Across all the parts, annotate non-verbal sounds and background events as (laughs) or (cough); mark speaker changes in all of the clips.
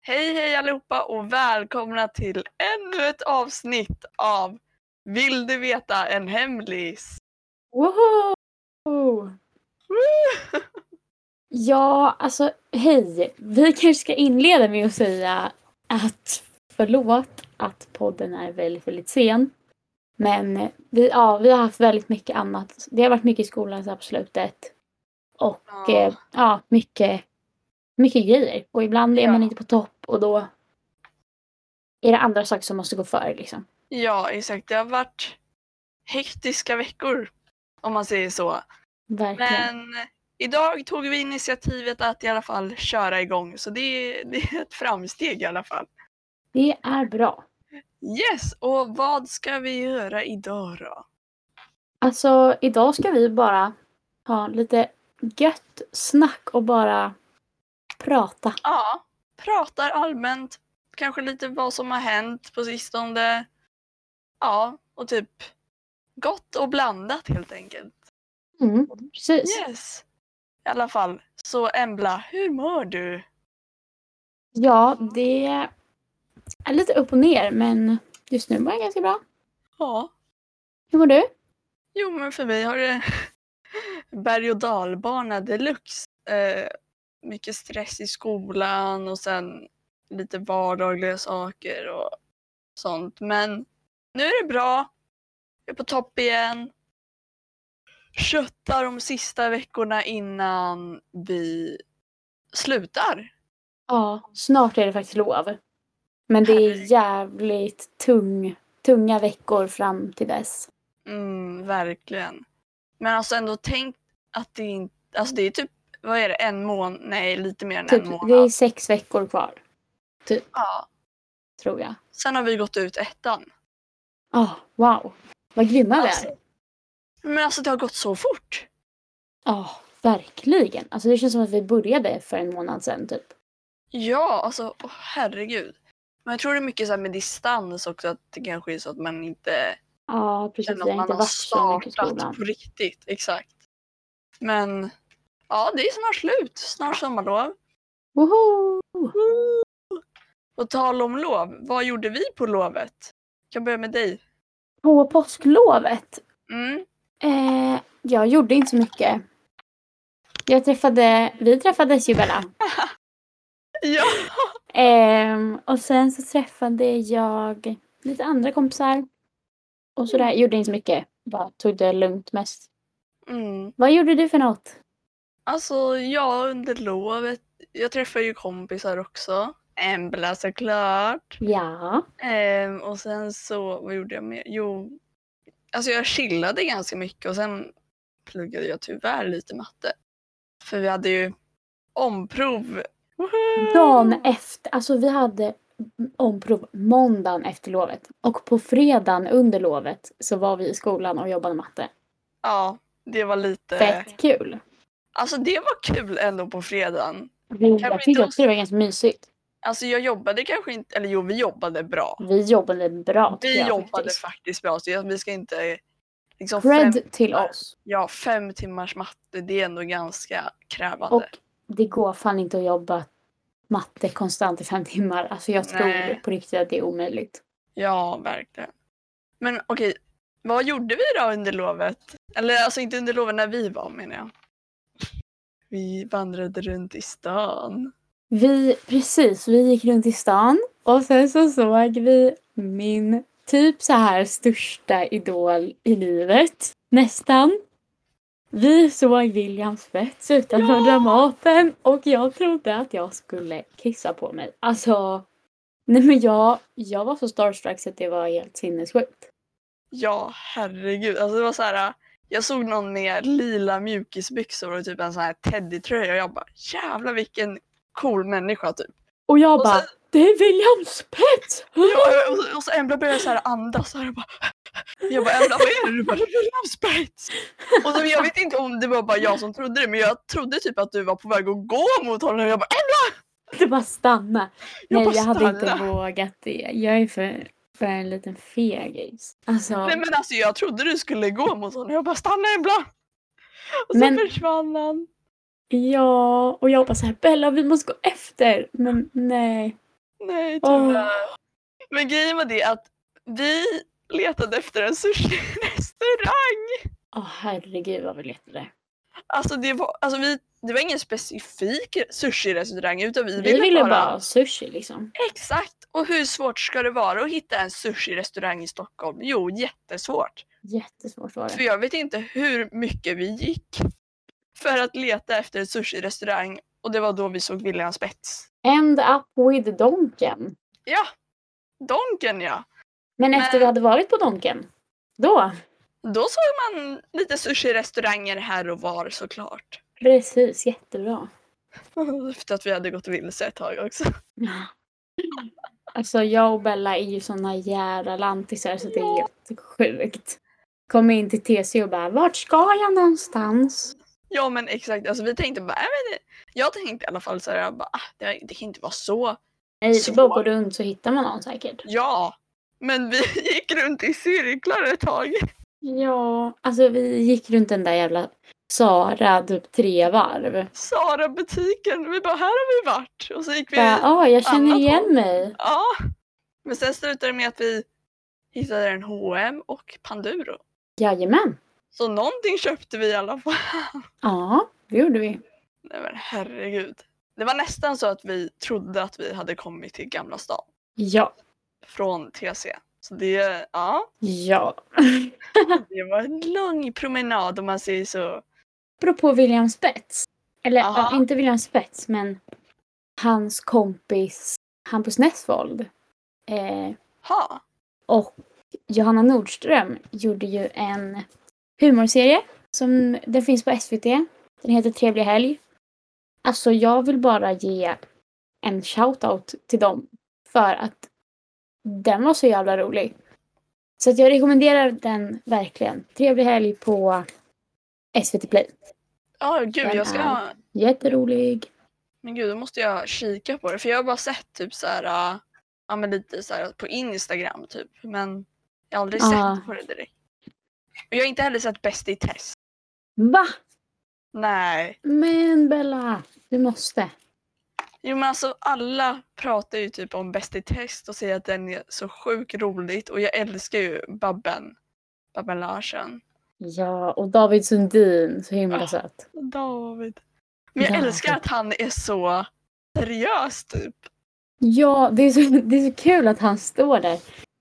Speaker 1: Hej hej allihopa och välkomna till ännu ett avsnitt av Vill du veta en hemlis?
Speaker 2: Woho! Ja, alltså hej. Vi kanske ska inleda med att säga att förlåt att podden är väldigt, väldigt sen. Men vi, ja, vi har haft väldigt mycket annat. Det har varit mycket i skolan så här på slutet. Och
Speaker 1: Ja.
Speaker 2: eh, ja, mycket, mycket grejer. Och ibland är man
Speaker 1: Ja.
Speaker 2: inte på topp och då är det andra saker som måste gå före liksom.
Speaker 1: Ja, exakt. Det har varit hektiska veckor om man säger så.
Speaker 2: Verkligen.
Speaker 1: Men idag tog vi initiativet att i alla fall köra igång så det, det är ett framsteg i alla fall.
Speaker 2: Det är bra.
Speaker 1: Yes, och vad ska vi göra idag då?
Speaker 2: Alltså idag ska vi bara ha lite gött snack och bara prata.
Speaker 1: Ja, pratar allmänt, kanske lite vad som har hänt på sistone. Ja, och typ gott och blandat helt enkelt.
Speaker 2: Mm, precis.
Speaker 1: Yes! I alla fall, så Embla, hur mår du?
Speaker 2: Ja, det är lite upp och ner men just nu mår jag ganska bra.
Speaker 1: Ja,
Speaker 2: Hur mår du?
Speaker 1: jo men för mig har det (laughs) berg och dalbana deluxe. Eh, mycket stress i skolan och sen lite vardagliga saker och sånt. Men nu är det bra. Jag är på topp igen. Köttar de sista veckorna innan vi slutar.
Speaker 2: Ja, snart är det faktiskt lov. Men det är
Speaker 1: Herregud.
Speaker 2: jävligt tung, tunga veckor fram till dess.
Speaker 1: Mm, verkligen. Men alltså ändå tänk att det inte, alltså det är typ, vad är det, en månad, nej lite mer än
Speaker 2: Typ,
Speaker 1: en
Speaker 2: det
Speaker 1: månad.
Speaker 2: är sex veckor kvar
Speaker 1: Ja.
Speaker 2: tror jag.
Speaker 1: Sen har vi gått ut ettan.
Speaker 2: Ja, wow. Vad grymma vi är.
Speaker 1: Alltså, men alltså det har gått så fort.
Speaker 2: Ja, Ah, verkligen. Alltså det känns som att vi började för en månad sedan typ.
Speaker 1: Ja, alltså åh, herregud. Men jag tror det är mycket så här med distans också, att det kanske är så att man inte
Speaker 2: Ja, precis.
Speaker 1: känner
Speaker 2: Jag
Speaker 1: att
Speaker 2: har
Speaker 1: man
Speaker 2: inte
Speaker 1: har
Speaker 2: varit så mycket i
Speaker 1: startat
Speaker 2: skolan.
Speaker 1: på riktigt. Exakt. Men ja, det är snart slut. Snart sommarlov.
Speaker 2: Woho!
Speaker 1: Och tal om lov, vad gjorde vi på lovet? Jag börjar med dig.
Speaker 2: På påsklovet.
Speaker 1: Mm.
Speaker 2: Eh, jag gjorde inte så mycket. Jag träffade, vi träffades ju Bella.
Speaker 1: Ja.
Speaker 2: Ehm, och sen så träffade jag lite andra kompisar. Och sådär. Gjorde inte så mycket. Bara tog det lugnt mest.
Speaker 1: Mm.
Speaker 2: Vad gjorde du för något?
Speaker 1: Alltså, ja, under lovet. Jag träffar ju kompisar också. Embla såklart.
Speaker 2: Ja.
Speaker 1: Ehm, och sen så, vad gjorde jag mer? Jo, alltså jag chillade ganska mycket och sen pluggade jag tyvärr lite matte. För vi hade ju omprov. Woho!
Speaker 2: Dagen efter. Alltså vi hade omprov måndagen efter lovet. Och på fredagen under lovet så var vi i skolan och jobbade matte.
Speaker 1: Ja, det var lite...
Speaker 2: Fett kul.
Speaker 1: Alltså det var kul ändå på fredagen.
Speaker 2: Vi,
Speaker 1: Kanske
Speaker 2: jag tyckte
Speaker 1: inte
Speaker 2: också det var ganska mysigt.
Speaker 1: Alltså jag jobbade kanske inte, eller jo vi jobbade bra.
Speaker 2: Vi jobbade bra tycker
Speaker 1: Vi
Speaker 2: jag
Speaker 1: jobbade faktiskt.
Speaker 2: faktiskt.
Speaker 1: bra så jag- vi ska inte... Liksom fem,
Speaker 2: Cred till oss.
Speaker 1: ja, fem timmars matte, det är ändå ganska krävande.
Speaker 2: Och det går fan inte att jobba matte konstant i fem timmar. Alltså jag tror
Speaker 1: Nej.
Speaker 2: på riktigt att det är omöjligt.
Speaker 1: Ja, verkligen. Men okej, vad gjorde vi då under lovet? Eller alltså inte under lovet, när vi var menar jag. Vi vandrade runt i stan.
Speaker 2: Vi, precis, vi gick runt i stan och sen så såg vi min typ så här största idol i livet. Nästan. Vi såg William Spets utanför
Speaker 1: Ja!
Speaker 2: Dramaten och jag trodde att jag skulle kissa på mig. Alltså, nej men jag, jag var så starstruck så att det var helt sinnessjukt.
Speaker 1: Ja, herregud. Alltså det var så här. äh, Jag såg någon med lila mjukisbyxor och typ en sån här teddytröja och jag bara jävlar vilken cool människa typ.
Speaker 2: Och jag
Speaker 1: Och
Speaker 2: bara,
Speaker 1: sen-
Speaker 2: det är William Spets!
Speaker 1: Ja, och, så- och så Embla började så här andas så här, jag bara jag bara Embla vad är det? Du bara det är ramsprite. Och så, jag vet inte om det var bara jag som trodde det men jag trodde typ att du var på väg att gå mot honom och jag bara "Eh, Embla!
Speaker 2: Det bara stanna.
Speaker 1: Jag
Speaker 2: Nej,
Speaker 1: bara
Speaker 2: jag hade inte
Speaker 1: stanna.
Speaker 2: vågat det. Jag är för, för en liten fegis. Alltså,
Speaker 1: Nej men alltså jag trodde du skulle gå mot honom jag bara stanna Embla! Och så
Speaker 2: Men-
Speaker 1: försvann han.
Speaker 2: ja. Och jag bara så här, Bella vi måste gå efter. Men nej.
Speaker 1: Nej,
Speaker 2: Åh.
Speaker 1: tyvärr. Men grejen var det att vi letade efter en sushi-restaurang.
Speaker 2: Åh herregud vad vi letade.
Speaker 1: Alltså det var, alltså vi, det var ingen specifik sushi-restaurang utan vi,
Speaker 2: Vi ville, bara ha sushi liksom.
Speaker 1: Exakt! Och hur svårt ska det vara att hitta en sushi-restaurang i Stockholm? Jo, jättesvårt.
Speaker 2: Jättesvårt var
Speaker 1: För
Speaker 2: det.
Speaker 1: jag vet inte hur mycket vi gick för att leta efter en sushi-restaurang och det var då vi såg Williams Spets.
Speaker 2: End up with Donken.
Speaker 1: Ja! Donken ja!
Speaker 2: Men,
Speaker 1: Men-
Speaker 2: efter vi hade varit på Donken, då.
Speaker 1: Då såg man lite sushi-restauranger här och var såklart. (laughs)
Speaker 2: Precis, jättebra.
Speaker 1: Efter att vi hade gått vilse ett tag också.
Speaker 2: Alltså jag och Bella är ju såna jävla lantisar så det är helt sjukt. Kom in till TC och bara vart ska jag någonstans?
Speaker 1: Ja men exakt, alltså, vi tänkte bara, äh, men det- jag tänkte i alla fall så här, jag bara, ah, det, det kan inte vara så.
Speaker 2: Nej, så
Speaker 1: Svårt.
Speaker 2: bara går runt så hittar man någon säkert.
Speaker 1: Ja! Men vi (laughs) gick runt i cirklar ett tag.
Speaker 2: Ja, alltså vi gick runt den där jävla Sara typ tre varv.
Speaker 1: Sara-butiken, vi bara, här har vi varit. Och så gick vi,
Speaker 2: Bara, ah, jag känner
Speaker 1: annat håll.
Speaker 2: igen mig.
Speaker 1: ja. Men sen slutade det med att vi hittade en H&M och Panduro.
Speaker 2: Jajamän.
Speaker 1: Så någonting köpte vi i alla fall. (laughs)
Speaker 2: Ja, det gjorde vi.
Speaker 1: Nej men herregud. Det var nästan så att vi trodde att vi hade kommit till Gamla stan
Speaker 2: Ja,
Speaker 1: från TC. Så det, ja,
Speaker 2: ja.
Speaker 1: det var en lång promenad om man säger så.
Speaker 2: Apropå William Spets. Eller
Speaker 1: Aha.
Speaker 2: ja, inte William Spets, men hans kompis Hampus Nessvold. Eh,
Speaker 1: Ha.
Speaker 2: Och Johanna Nordström gjorde ju en humorserie. Som, den finns på SVT. Den heter Trevlig helg. Alltså jag vill bara ge en shoutout till dem. För att den var så jävla rolig. Så att jag rekommenderar den verkligen. Trevlig helg på SVT Play.
Speaker 1: Ja, gud
Speaker 2: Den
Speaker 1: jag ska,
Speaker 2: är- Jätterolig.
Speaker 1: men gud då måste jag kika på det för jag har bara sett typ så här, äh, ja men lite så här på Instagram typ. Men jag har aldrig
Speaker 2: Ah.
Speaker 1: sett på det direkt. Och jag har inte heller sett Bäst i test.
Speaker 2: Va?
Speaker 1: Nej.
Speaker 2: Men Bella, du måste.
Speaker 1: Jo men alltså alla pratar ju typ om Bäst i test och säger att den är så sjukt roligt och jag älskar ju Babben. Babben Larsen.
Speaker 2: Ja, och David Sundin, så himla
Speaker 1: Ah.
Speaker 2: söt.
Speaker 1: David. Men jag
Speaker 2: David.
Speaker 1: älskar att han är så seriös typ.
Speaker 2: Ja, det är, så, det är så kul att han står där.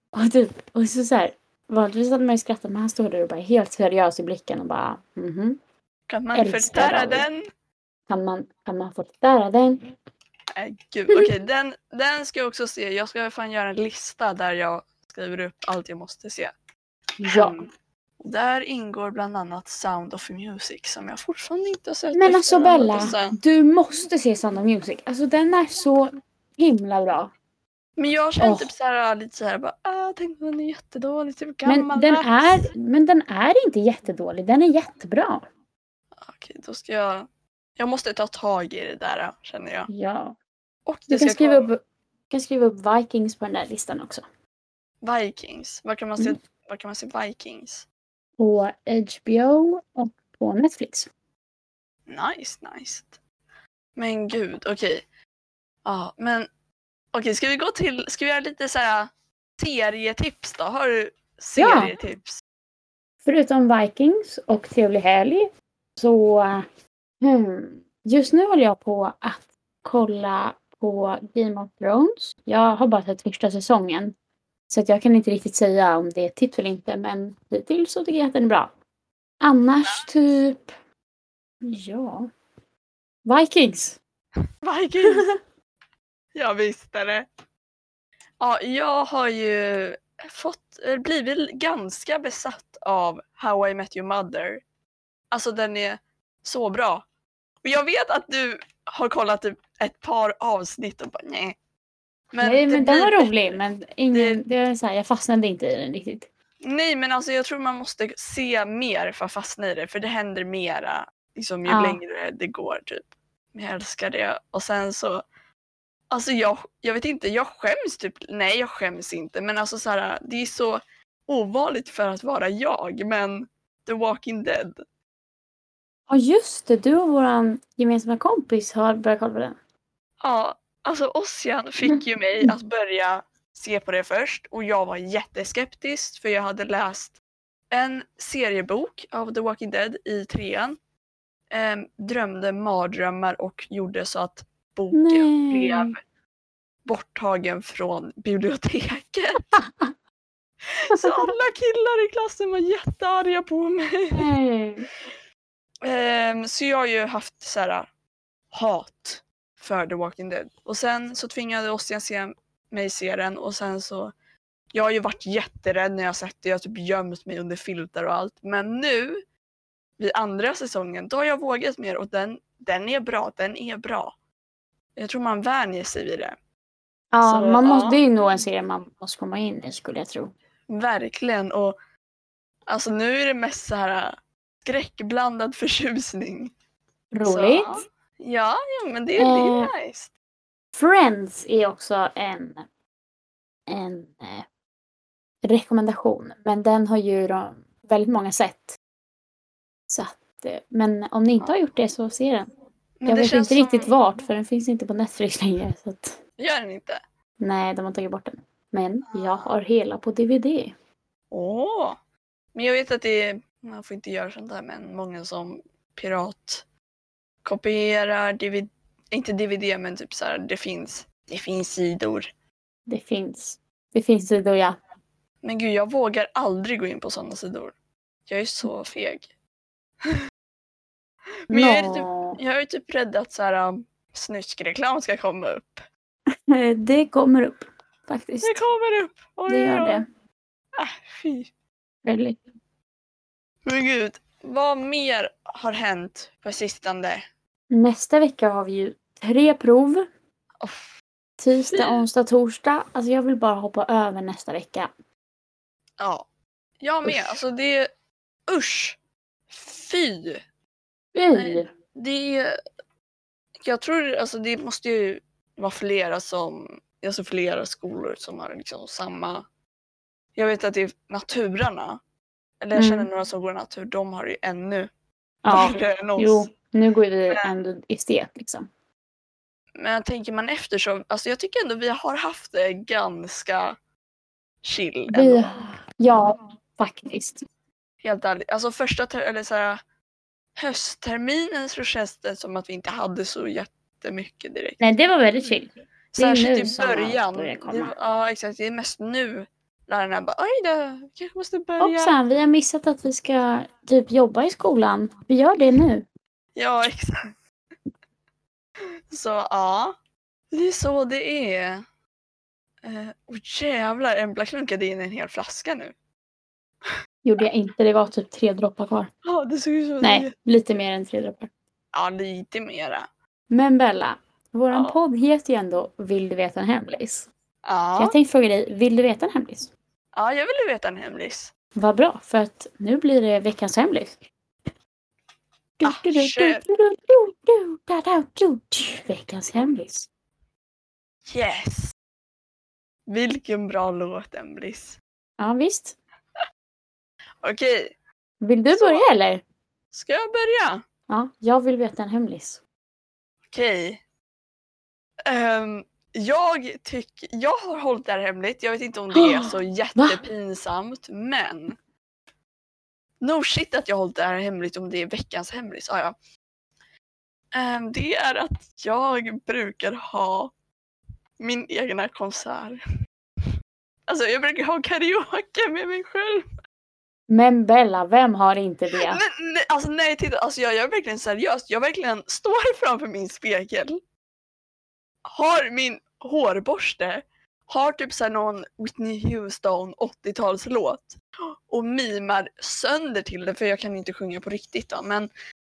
Speaker 2: Och, typ, och så, så här, vanligtvis hade man ju skrattat men han står där och bara är helt seriös i blicken och bara mhm.
Speaker 1: Kan man
Speaker 2: Älskar
Speaker 1: förtära
Speaker 2: David.
Speaker 1: den?
Speaker 2: Kan man, kan man få lära den?
Speaker 1: Nej Äh, gud, okej
Speaker 2: (laughs)
Speaker 1: den, den ska jag också se. Jag ska fan göra en lista där jag skriver upp allt jag måste se.
Speaker 2: Ja.
Speaker 1: Mm. Och Där ingår bland annat Sound of Music som jag fortfarande inte har sett.
Speaker 2: Men
Speaker 1: efter
Speaker 2: alltså
Speaker 1: alla
Speaker 2: Bella,
Speaker 1: dessa.
Speaker 2: du måste se Sound of Music. Alltså den är så himla bra.
Speaker 1: Men jag känner
Speaker 2: Åh.
Speaker 1: typ så här, lite så här bara, ah, tänk om den är jättedålig, typ
Speaker 2: Men
Speaker 1: gammal.
Speaker 2: den, är, men den är inte jättedålig, den är jättebra.
Speaker 1: Okej, då ska jag, jag måste ta tag i det där äh, känner jag.
Speaker 2: Ja.
Speaker 1: Och det
Speaker 2: Du kan
Speaker 1: ska
Speaker 2: skriva,
Speaker 1: komma-
Speaker 2: upp, du kan skriva upp Vikings på den där listan också.
Speaker 1: Vikings. Var kan man se,
Speaker 2: Mm.
Speaker 1: var kan man se Vikings?
Speaker 2: På HBO och på Netflix.
Speaker 1: Nice, nice. Men gud, okej. Ja, men okej, ska vi gå till, ska vi göra lite så här serietips då? Har du
Speaker 2: Ja. (laughs)
Speaker 1: serietips?
Speaker 2: Förutom Vikings och Trevlig helg så hmm, just nu håller jag på att kolla på Game of Thrones. Jag har bara sett första säsongen så att jag kan inte riktigt säga om det är tips eller inte men hittills så tycker jag att den är bra. Annars typ ja Vikings.
Speaker 1: Vikings! jag visste det. Ja, jag har ju fått, eh, blivit ganska besatt av How I Met Your Mother. Alltså den är så bra. Och jag vet att du har kollat typ ett par avsnitt och bara nej.
Speaker 2: Nej
Speaker 1: det
Speaker 2: men den
Speaker 1: blir
Speaker 2: var
Speaker 1: bättre.
Speaker 2: rolig men ingen, det är så här, jag fastnade inte i den riktigt.
Speaker 1: Nej men alltså jag tror man måste se mer för att fastna i det för det händer mera liksom, ju
Speaker 2: Ja.
Speaker 1: längre det går typ. Men jag älskar det och sen så Alltså jag, jag vet inte, jag skäms typ, nej jag skäms inte men alltså så här, det är så ovanligt för att vara jag men The Walking Dead.
Speaker 2: Ja just det, du och våran gemensamma kompis har börjat kolla på den.
Speaker 1: Ja, Alltså Ossian fick ju mig att börja se på det först och jag var jätteskeptisk för jag hade läst en seriebok av The Walking Dead i trean. Ehm, drömde mardrömmar och gjorde så att boken
Speaker 2: Nej.
Speaker 1: blev borttagen från biblioteket. (laughs) Så alla killar i klassen var jättearga på mig.
Speaker 2: (laughs) Nej.
Speaker 1: Ehm, så jag har ju haft så här äh, hat för The Walking Dead. Och sen så tvingade Ossian se mig se den och sen så jag har ju varit jätterädd när jag sett det. Jag har typ gömt mig under filtar och allt. Men nu vid andra säsongen då har jag vågat mer och den, den är bra. Den är bra. Jag tror man vänjer sig vid det.
Speaker 2: Ja,
Speaker 1: Så,
Speaker 2: man måste,
Speaker 1: ja.
Speaker 2: Det är nog en serie man måste komma in i skulle jag tro.
Speaker 1: Verkligen. Och alltså nu är det mest så här äh, skräckblandad förtjusning.
Speaker 2: Roligt.
Speaker 1: Så, ja, ja, men det, det är nice.
Speaker 2: Friends är också en, en eh, rekommendation. Men den har ju då väldigt många sett. Så att, eh, men om ni inte har gjort det så se den.
Speaker 1: Men
Speaker 2: jag
Speaker 1: det
Speaker 2: vet
Speaker 1: känns
Speaker 2: inte
Speaker 1: som-
Speaker 2: riktigt vart för den finns inte på Netflix längre. Så att,
Speaker 1: Gör den inte?
Speaker 2: nej, de har tagit bort den. Men jag har hela på DVD.
Speaker 1: Åh! Men jag vet att det är, man får inte göra sånt där, men många som pirat kopierar DVD, inte DVD men typ så här, det finns, det finns sidor.
Speaker 2: Det finns. Det finns sidor ja.
Speaker 1: Men gud, jag vågar aldrig gå in på sådana sidor. Jag är så feg. Men jag är typ-
Speaker 2: Nå,
Speaker 1: Jag är typ rädd att så här, um, snuskreklam ska komma upp.
Speaker 2: (laughs) Det kommer upp faktiskt.
Speaker 1: typ- Det kommer upp! Oj,
Speaker 2: Det gör
Speaker 1: oj, oj.
Speaker 2: det.
Speaker 1: Ah, fy.
Speaker 2: Väldigt.
Speaker 1: Men gud, vad mer har hänt på sistone?
Speaker 2: Nästa vecka har vi ju tre prov.
Speaker 1: Åh,
Speaker 2: Tisdag,
Speaker 1: Fy.
Speaker 2: onsdag, torsdag. Alltså jag vill bara hoppa över nästa vecka.
Speaker 1: Ja. Jag med.
Speaker 2: Usch.
Speaker 1: Alltså det är... Usch! Fy!
Speaker 2: Fy!
Speaker 1: Nej. Det är... Jag tror alltså det måste ju vara flera som... Alltså flera skolor som har liksom samma... Jag vet att det är naturarna. Eller jag
Speaker 2: Mm.
Speaker 1: känner några som går natur. De har det ju ännu
Speaker 2: Ja,
Speaker 1: värre än oss.
Speaker 2: jo. Nu går vi ändå estet liksom.
Speaker 1: Men tänker man efter så... Alltså jag tycker ändå vi har haft det ganska chill. Ändå.
Speaker 2: Vi, ja, faktiskt.
Speaker 1: Helt ärligt. Alltså första ter- eller så här, höstterminen så känns det som att vi inte hade så jättemycket direkt.
Speaker 2: Nej, det var väldigt chill. Det är nu
Speaker 1: Särskilt i
Speaker 2: som allt
Speaker 1: början.
Speaker 2: börjar
Speaker 1: Det
Speaker 2: komma.
Speaker 1: var- ja exakt, det är mest nu lärarna bara oj då, kanske måste börja.
Speaker 2: Hoppsan, vi har missat att vi ska typ jobba i skolan. Vi gör det nu.
Speaker 1: Ja exakt. Så ja, det är så det är. Eh, och jävlar, Embla klunkade in en hel flaska nu.
Speaker 2: Gjorde jag inte, det var typ tre droppar kvar.
Speaker 1: Ja, det såg ut som att det-
Speaker 2: Nej, lite mer än tre droppar.
Speaker 1: Ja, lite mera.
Speaker 2: Men Bella, våran
Speaker 1: Ja.
Speaker 2: podd heter ju ändå Vill du veta en hemlis?
Speaker 1: Ja,
Speaker 2: Jag tänkte fråga dig, vill du veta en hemlis?
Speaker 1: ja jag ville veta en hemlis.
Speaker 2: Vad bra, för att nu blir det veckans hemlis. Du,
Speaker 1: Ah,
Speaker 2: du, du, du,
Speaker 1: kör.
Speaker 2: du, du, du, da, da, du, du. Veckans hemlis.
Speaker 1: Yes! Vilken bra låt, Emblis.
Speaker 2: Ja, visst.
Speaker 1: Okej,
Speaker 2: Vill du
Speaker 1: Så.
Speaker 2: börja eller?
Speaker 1: ska jag börja?
Speaker 2: Ja, jag vill veta en hemlis.
Speaker 1: Okej. Ehm, jag tycker... Jag har hållit det här hemligt. Jag vet inte om det (gasps) är så jättepinsamt, men... No shit att jag har hållit det här hemligt om det är veckans hemlis. Ah, ja. Ehm, det är att jag brukar ha min egna konsert. Alltså jag brukar ha karaoke med mig själv.
Speaker 2: Men Bella, vem har inte det?
Speaker 1: Men, nej, alltså nej, titta, alltså jag gör verkligen seriöst. Jag verkligen står (laughs) framför min spegel. Har min hårborste. Har typ såhär någon Whitney Houston 80-talslåt. Och mimar sönder till det för jag kan inte sjunga på riktigt då. Men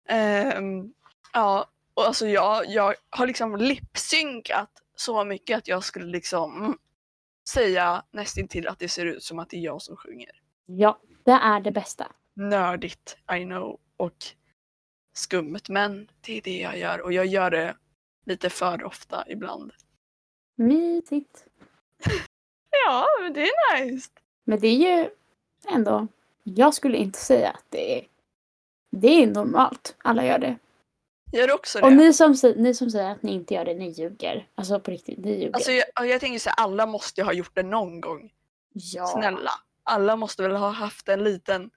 Speaker 1: ehm, ja, och alltså jag, jag har liksom lipsynkat så mycket att jag skulle liksom säga nästintill att det ser ut som att det är jag som sjunger
Speaker 2: Ja, det är det bästa.
Speaker 1: nördigt, I know, och skumt. Men det är det jag gör och jag gör det lite för ofta ibland.
Speaker 2: Mysigt.
Speaker 1: Ja, men det är nice.
Speaker 2: Men det är ju ändå, jag skulle inte säga att det är, det är normalt. Alla gör det.
Speaker 1: Gör också det?
Speaker 2: Och ni som, sä- ni som säger att ni inte gör det, ni ljuger. Alltså på riktigt, ni ljuger.
Speaker 1: Alltså jag, ja, jag tänker så här, alla måste ju ha gjort det någon gång.
Speaker 2: ja.
Speaker 1: Snälla. Alla måste väl ha haft en liten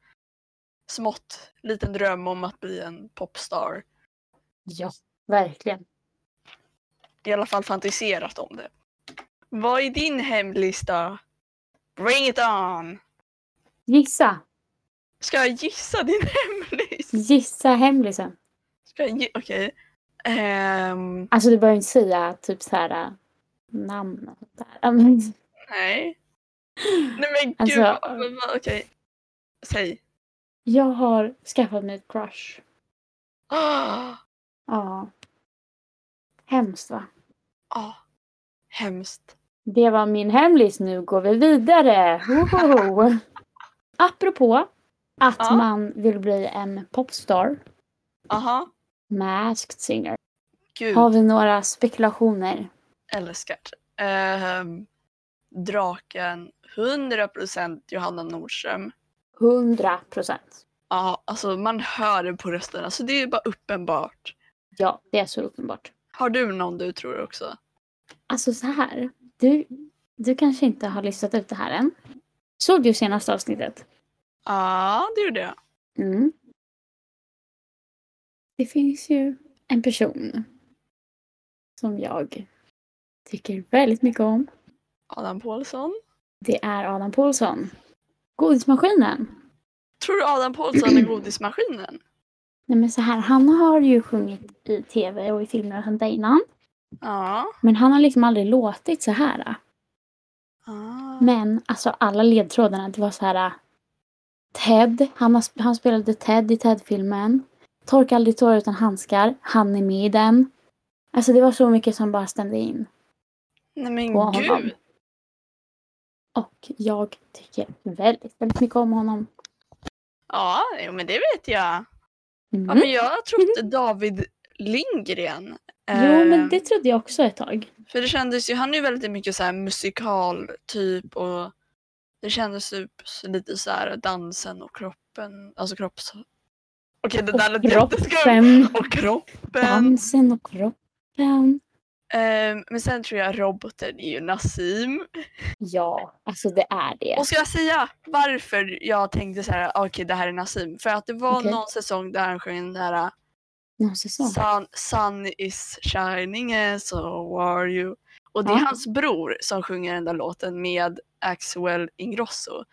Speaker 1: smått liten dröm om att bli en popstar.
Speaker 2: Ja, verkligen.
Speaker 1: I alla fall fantiserat om det. Vad är din hemlista? Bring it on!
Speaker 2: Gissa.
Speaker 1: Ska jag gissa din (laughs) hemlista?
Speaker 2: Gissa hemlisen.
Speaker 1: Ska jag gi- Okej. Ehm,
Speaker 2: Alltså du behöver inte säga typ så här äh, namn och sånt där. Ja,
Speaker 1: Mm.
Speaker 2: men-
Speaker 1: nej.
Speaker 2: (gasps)
Speaker 1: Nej men gud.
Speaker 2: Alltså-
Speaker 1: vad- vad- vad- Okej. Säg.
Speaker 2: Jag har skaffat mig ett crush.
Speaker 1: Ah,
Speaker 2: Ja. Hemskt va?
Speaker 1: ah, hemskt.
Speaker 2: Det var min hemlis, nu går vi vidare.
Speaker 1: (laughs)
Speaker 2: Woho! Apropå att
Speaker 1: Ja.
Speaker 2: man vill bli en popstar,
Speaker 1: Aha.
Speaker 2: masked singer,
Speaker 1: Gud.
Speaker 2: har vi några spekulationer.
Speaker 1: älskar. Ehm, draken 100% Johanna Nordström.
Speaker 2: 100 procent.
Speaker 1: Ja, alltså man hör det på rösten. Alltså det är ju bara uppenbart.
Speaker 2: Ja, det är så uppenbart.
Speaker 1: Har du någon du tror också?
Speaker 2: Alltså så här, du, du kanske inte har listat ut det här än. Såg du senaste avsnittet?
Speaker 1: Ja, det gjorde jag.
Speaker 2: Mm. Det finns ju en person som jag tycker väldigt mycket om.
Speaker 1: Adam Pålsson.
Speaker 2: Det är Adam Pålsson. Godismaskinen.
Speaker 1: Tror du Adam Pålsson är godismaskinen?
Speaker 2: Nej men så här, han har ju sjungit i tv och i filmer och sånt där innan.
Speaker 1: Ja.
Speaker 2: Men han har liksom aldrig låtit så här.
Speaker 1: Ah.
Speaker 2: Men alltså alla ledtrådarna, det var så här. Ted, han, har, sp- han spelade Ted i Ted-filmen. Torka aldrig tårar utan handskar. Han är med i den. Alltså det var så mycket som bara stämde in
Speaker 1: Nej
Speaker 2: på
Speaker 1: men
Speaker 2: honom.
Speaker 1: gud.
Speaker 2: Och jag tycker väldigt, väldigt mycket om honom.
Speaker 1: Ja, jo, men det vet jag.
Speaker 2: Mm.
Speaker 1: Ja, men jag trodde David Lindgren.
Speaker 2: Jo, men
Speaker 1: Ehm,
Speaker 2: det trodde jag också ett tag.
Speaker 1: För det kändes ju, han är ju väldigt mycket så här musikal typ och det kändes typ så lite så här dansen och kroppen, alltså kropps... Okej det där lät jätteskumt!
Speaker 2: Kroppen.
Speaker 1: Och kroppen!
Speaker 2: Dansen och kroppen.
Speaker 1: Ehm, men sen tror jag roboten är ju Nassim.
Speaker 2: Ja, alltså det är det.
Speaker 1: Och ska jag säga varför jag tänkte så här, okej det här är Nassim? För att det var
Speaker 2: Okej.
Speaker 1: någon säsong där han sjöng den där
Speaker 2: Någon säsong.
Speaker 1: sun, sun is shining so are you. Och det är
Speaker 2: Ja.
Speaker 1: hans bror som sjunger den där låten med Axel Ingrosso.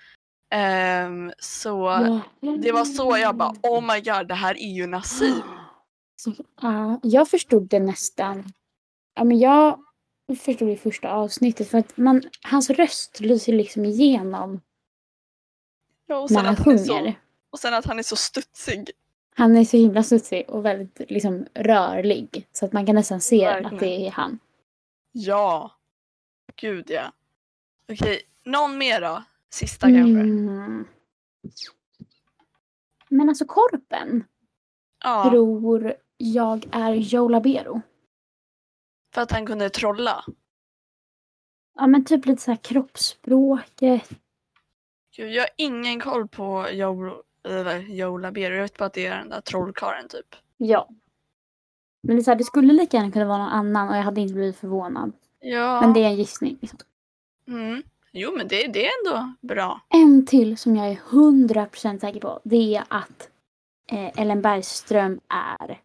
Speaker 1: Ehm, så
Speaker 2: Ja.
Speaker 1: det var så jag bara oh my god det här är ju Nassim.
Speaker 2: Så, ja, jag förstod det nästan. Ja, men jag förstod det i första avsnittet för att man, hans röst lyser liksom igenom
Speaker 1: Ja, och,
Speaker 2: när
Speaker 1: sen
Speaker 2: han
Speaker 1: att han är så,
Speaker 2: sjunger.
Speaker 1: och sen att han är så studsig.
Speaker 2: Han är så himla studsig och väldigt liksom, rörlig så att man kan nästan se
Speaker 1: Verkligen.
Speaker 2: att det är han.
Speaker 1: Ja. Gud ja. Okej, någon mer då? Sista kanske?
Speaker 2: Mm. Men alltså korpen
Speaker 1: Ja,
Speaker 2: tror jag är Joe Labero.
Speaker 1: för att han kunde trolla.
Speaker 2: Ja men typ lite så här kroppsspråket.
Speaker 1: Gud, jag har ingen koll på Joe, eller Joe Labero. Jag vet bara att det är den där trollkaren typ.
Speaker 2: Ja. Men det, är så här, det skulle lika gärna kunna vara någon annan och jag hade inte blivit förvånad.
Speaker 1: Ja.
Speaker 2: Men det är en gissning. Liksom.
Speaker 1: Mm. Jo men det, det är ändå bra.
Speaker 2: En till som jag är 100% säker på det är att eh, Ellen Bergström är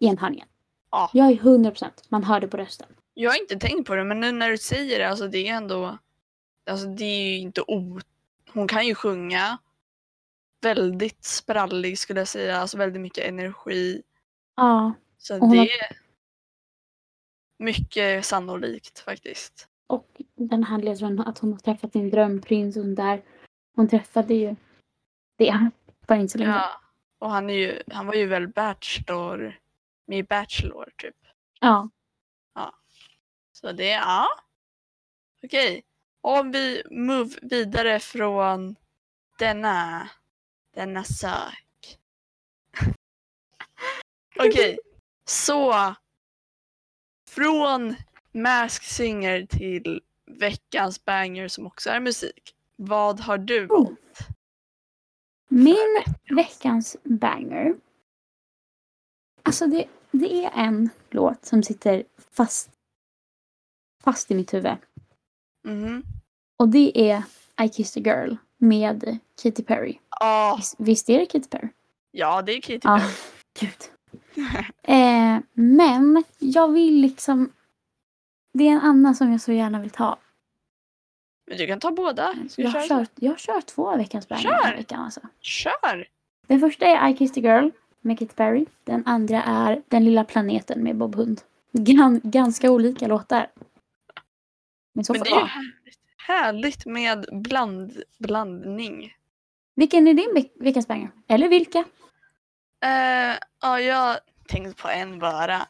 Speaker 2: enhörningen.
Speaker 1: Ja.
Speaker 2: Jag är 100%. Man hör det på rösten.
Speaker 1: Jag har inte tänkt på det men nu när du säger det, alltså det är ändå... Alltså det är ju inte o... Hon kan ju sjunga. Väldigt sprallig skulle jag säga, alltså väldigt mycket energi.
Speaker 2: Ja.
Speaker 1: Så
Speaker 2: hon
Speaker 1: det
Speaker 2: har-
Speaker 1: är mycket sannolikt faktiskt.
Speaker 2: Och den här ledtråden att hon har träffat sin drömprins och där. Hon träffade ju det för inte så länge sedan.
Speaker 1: Ja. Och han, är ju, han var ju väl Bachelor, med i Bachelor typ.
Speaker 2: Ja.
Speaker 1: Så det är ja. Okej. Om vi move vidare från denna, denna sak. (laughs) Okej. Så. Från Mask Singer till veckans banger som också är musik. Vad har du?
Speaker 2: Oh. Min veckans banger. Alltså det det är en låt som sitter fast, fast i mitt huvud.
Speaker 1: Mhm.
Speaker 2: Och det är I kissed a girl med Katy Perry.
Speaker 1: Ah,
Speaker 2: Vis- Visst är det Katy Perry?
Speaker 1: ja, det typ är Katy
Speaker 2: Ja,
Speaker 1: Perry.
Speaker 2: gud. Eh, men jag vill liksom... Det är en annan som jag så gärna vill ta.
Speaker 1: (laughs) Men du kan ta båda. Ska vi
Speaker 2: Jag
Speaker 1: köra?
Speaker 2: kör, jag kör två veckans Bang den här
Speaker 1: Kör!
Speaker 2: veckan alltså.
Speaker 1: Kör!
Speaker 2: Den första är I kissed a girl med Katy Perry. Den andra är Den lilla planeten med Bob Hund. Gan, ganska olika låtar. Men så
Speaker 1: Men
Speaker 2: får
Speaker 1: det
Speaker 2: det
Speaker 1: är ju
Speaker 2: vara.
Speaker 1: härligt, härligt med bland, blandning.
Speaker 2: Vilken är din veck- veckans banger? Eller vilka?
Speaker 1: Eh, ja, jag tänkte på en bara.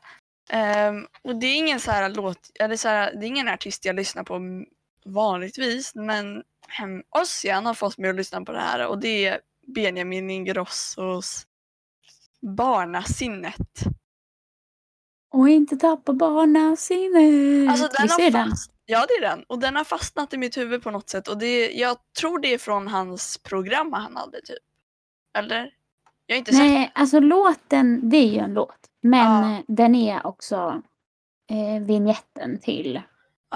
Speaker 1: Ehm, och det är ingen så här låt, eller så här, det är ingen artist jag lyssnar på m- vanligtvis, men hem, Ossian har fått mig att lyssna på det här och det är Benjamin Ingrossos Barnasinnet.
Speaker 2: Och inte tappa barnasinnet.
Speaker 1: Alltså den
Speaker 2: Visst är
Speaker 1: har
Speaker 2: den?
Speaker 1: fast... Ja, det är den. Och den har fastnat i mitt huvud på något sätt och det, jag tror det är från hans program han hade typ. Eller? Jag har inte sett
Speaker 2: Nej, alltså låten, det är ju en låt. Men
Speaker 1: Ja.
Speaker 2: eh, den är också eh, vignetten till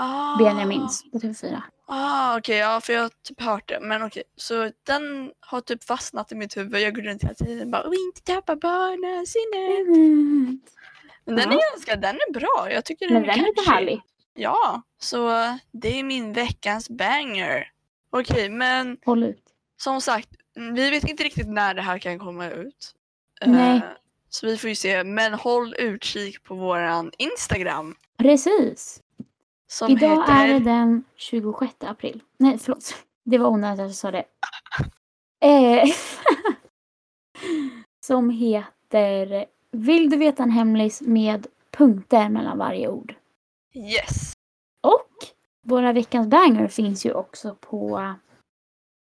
Speaker 1: Ah.
Speaker 2: Benjamins på TV4.
Speaker 1: Ah, okej, ja för jag har typ hört det. Men okej, så den har typ fastnat i mitt huvud. Jag går runt hela tiden bara och inte tappa barnasinnet.
Speaker 2: Mm.
Speaker 1: Men den
Speaker 2: Ja.
Speaker 1: är ganska, den är bra. Jag tycker den
Speaker 2: Men
Speaker 1: är
Speaker 2: den är lite
Speaker 1: catchy.
Speaker 2: härlig.
Speaker 1: Ja, så eh, det är min veckans banger. Okej, men
Speaker 2: Håll ut.
Speaker 1: som sagt, mm, vi vet inte riktigt när det här kan komma ut. Eh,
Speaker 2: Nej.
Speaker 1: Så vi får ju se, men håll utkik på våran Instagram.
Speaker 2: Precis.
Speaker 1: Som
Speaker 2: Idag
Speaker 1: heter...
Speaker 2: är det den 26 april. Nej, förlåt. Det var onödigt att
Speaker 1: (laughs)
Speaker 2: jag sa det. Eh, (laughs) som heter Vill du veta en hemlis med punkter mellan varje ord.
Speaker 1: Yes!
Speaker 2: Och våra veckans banger finns ju också på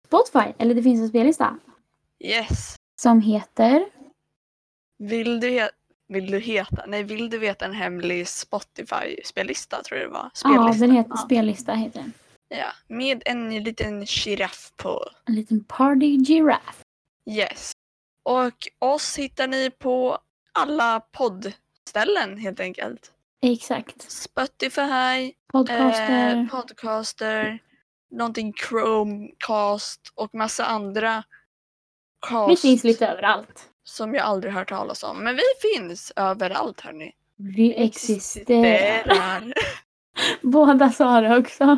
Speaker 2: Spotify, eller det finns en spellista
Speaker 1: Yes!
Speaker 2: som heter
Speaker 1: Vill du, he- vill du heta? Nej, vill du veta en hemlig Spotify-spellista tror jag det var?
Speaker 2: Ja, den heter
Speaker 1: ja.
Speaker 2: spellista heter den.
Speaker 1: Ja, med en liten giraff på.
Speaker 2: En liten party giraffe.
Speaker 1: Yes. Och oss hittar ni på alla poddställen helt enkelt.
Speaker 2: Exakt.
Speaker 1: Spotify,
Speaker 2: Podcaster.
Speaker 1: eh, podcaster, någonting Chromecast och massa andra
Speaker 2: vi
Speaker 1: cast
Speaker 2: finns lite överallt.
Speaker 1: som jag aldrig hört talas om. Men vi finns överallt hörni.
Speaker 2: Vi existerar.
Speaker 1: Existerar.
Speaker 2: Båda sa det också.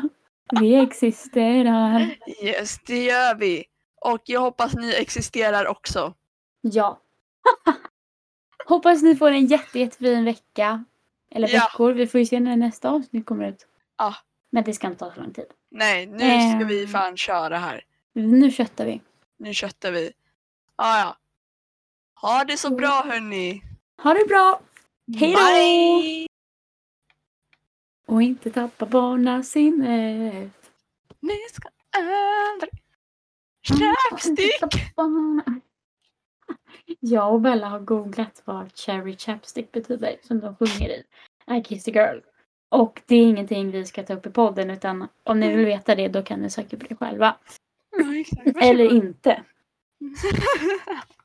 Speaker 2: Vi existerar.
Speaker 1: Yes, det gör vi. Och jag hoppas ni existerar också.
Speaker 2: Ja. (laughs) Hoppas ni får en jätte, jättefin vecka. Eller
Speaker 1: Ja.
Speaker 2: veckor. Vi får ju se när nästa avsnitt kommer ut.
Speaker 1: Ja.
Speaker 2: Men det ska inte ta så lång tid.
Speaker 1: Nej, nu ska vi
Speaker 2: Ehm.
Speaker 1: fan köra här.
Speaker 2: Nu köttar vi.
Speaker 1: Nu köttar vi. Ah, ja. Ha det så bra hörni.
Speaker 2: Ha det bra! Hej då!
Speaker 1: Bye!
Speaker 2: Och inte tappa barnasinnet.
Speaker 1: Ni ska aldrig... Chapstick!
Speaker 2: (laughs) Jag och Bella har googlat vad cherry chapstick betyder som de sjunger i I kissed a girl. Och det är ingenting vi ska ta upp i podden utan om ni vill veta det då kan ni söka på det själva.
Speaker 1: Ja, exakt.
Speaker 2: Eller inte.
Speaker 1: (laughs) Varsågod.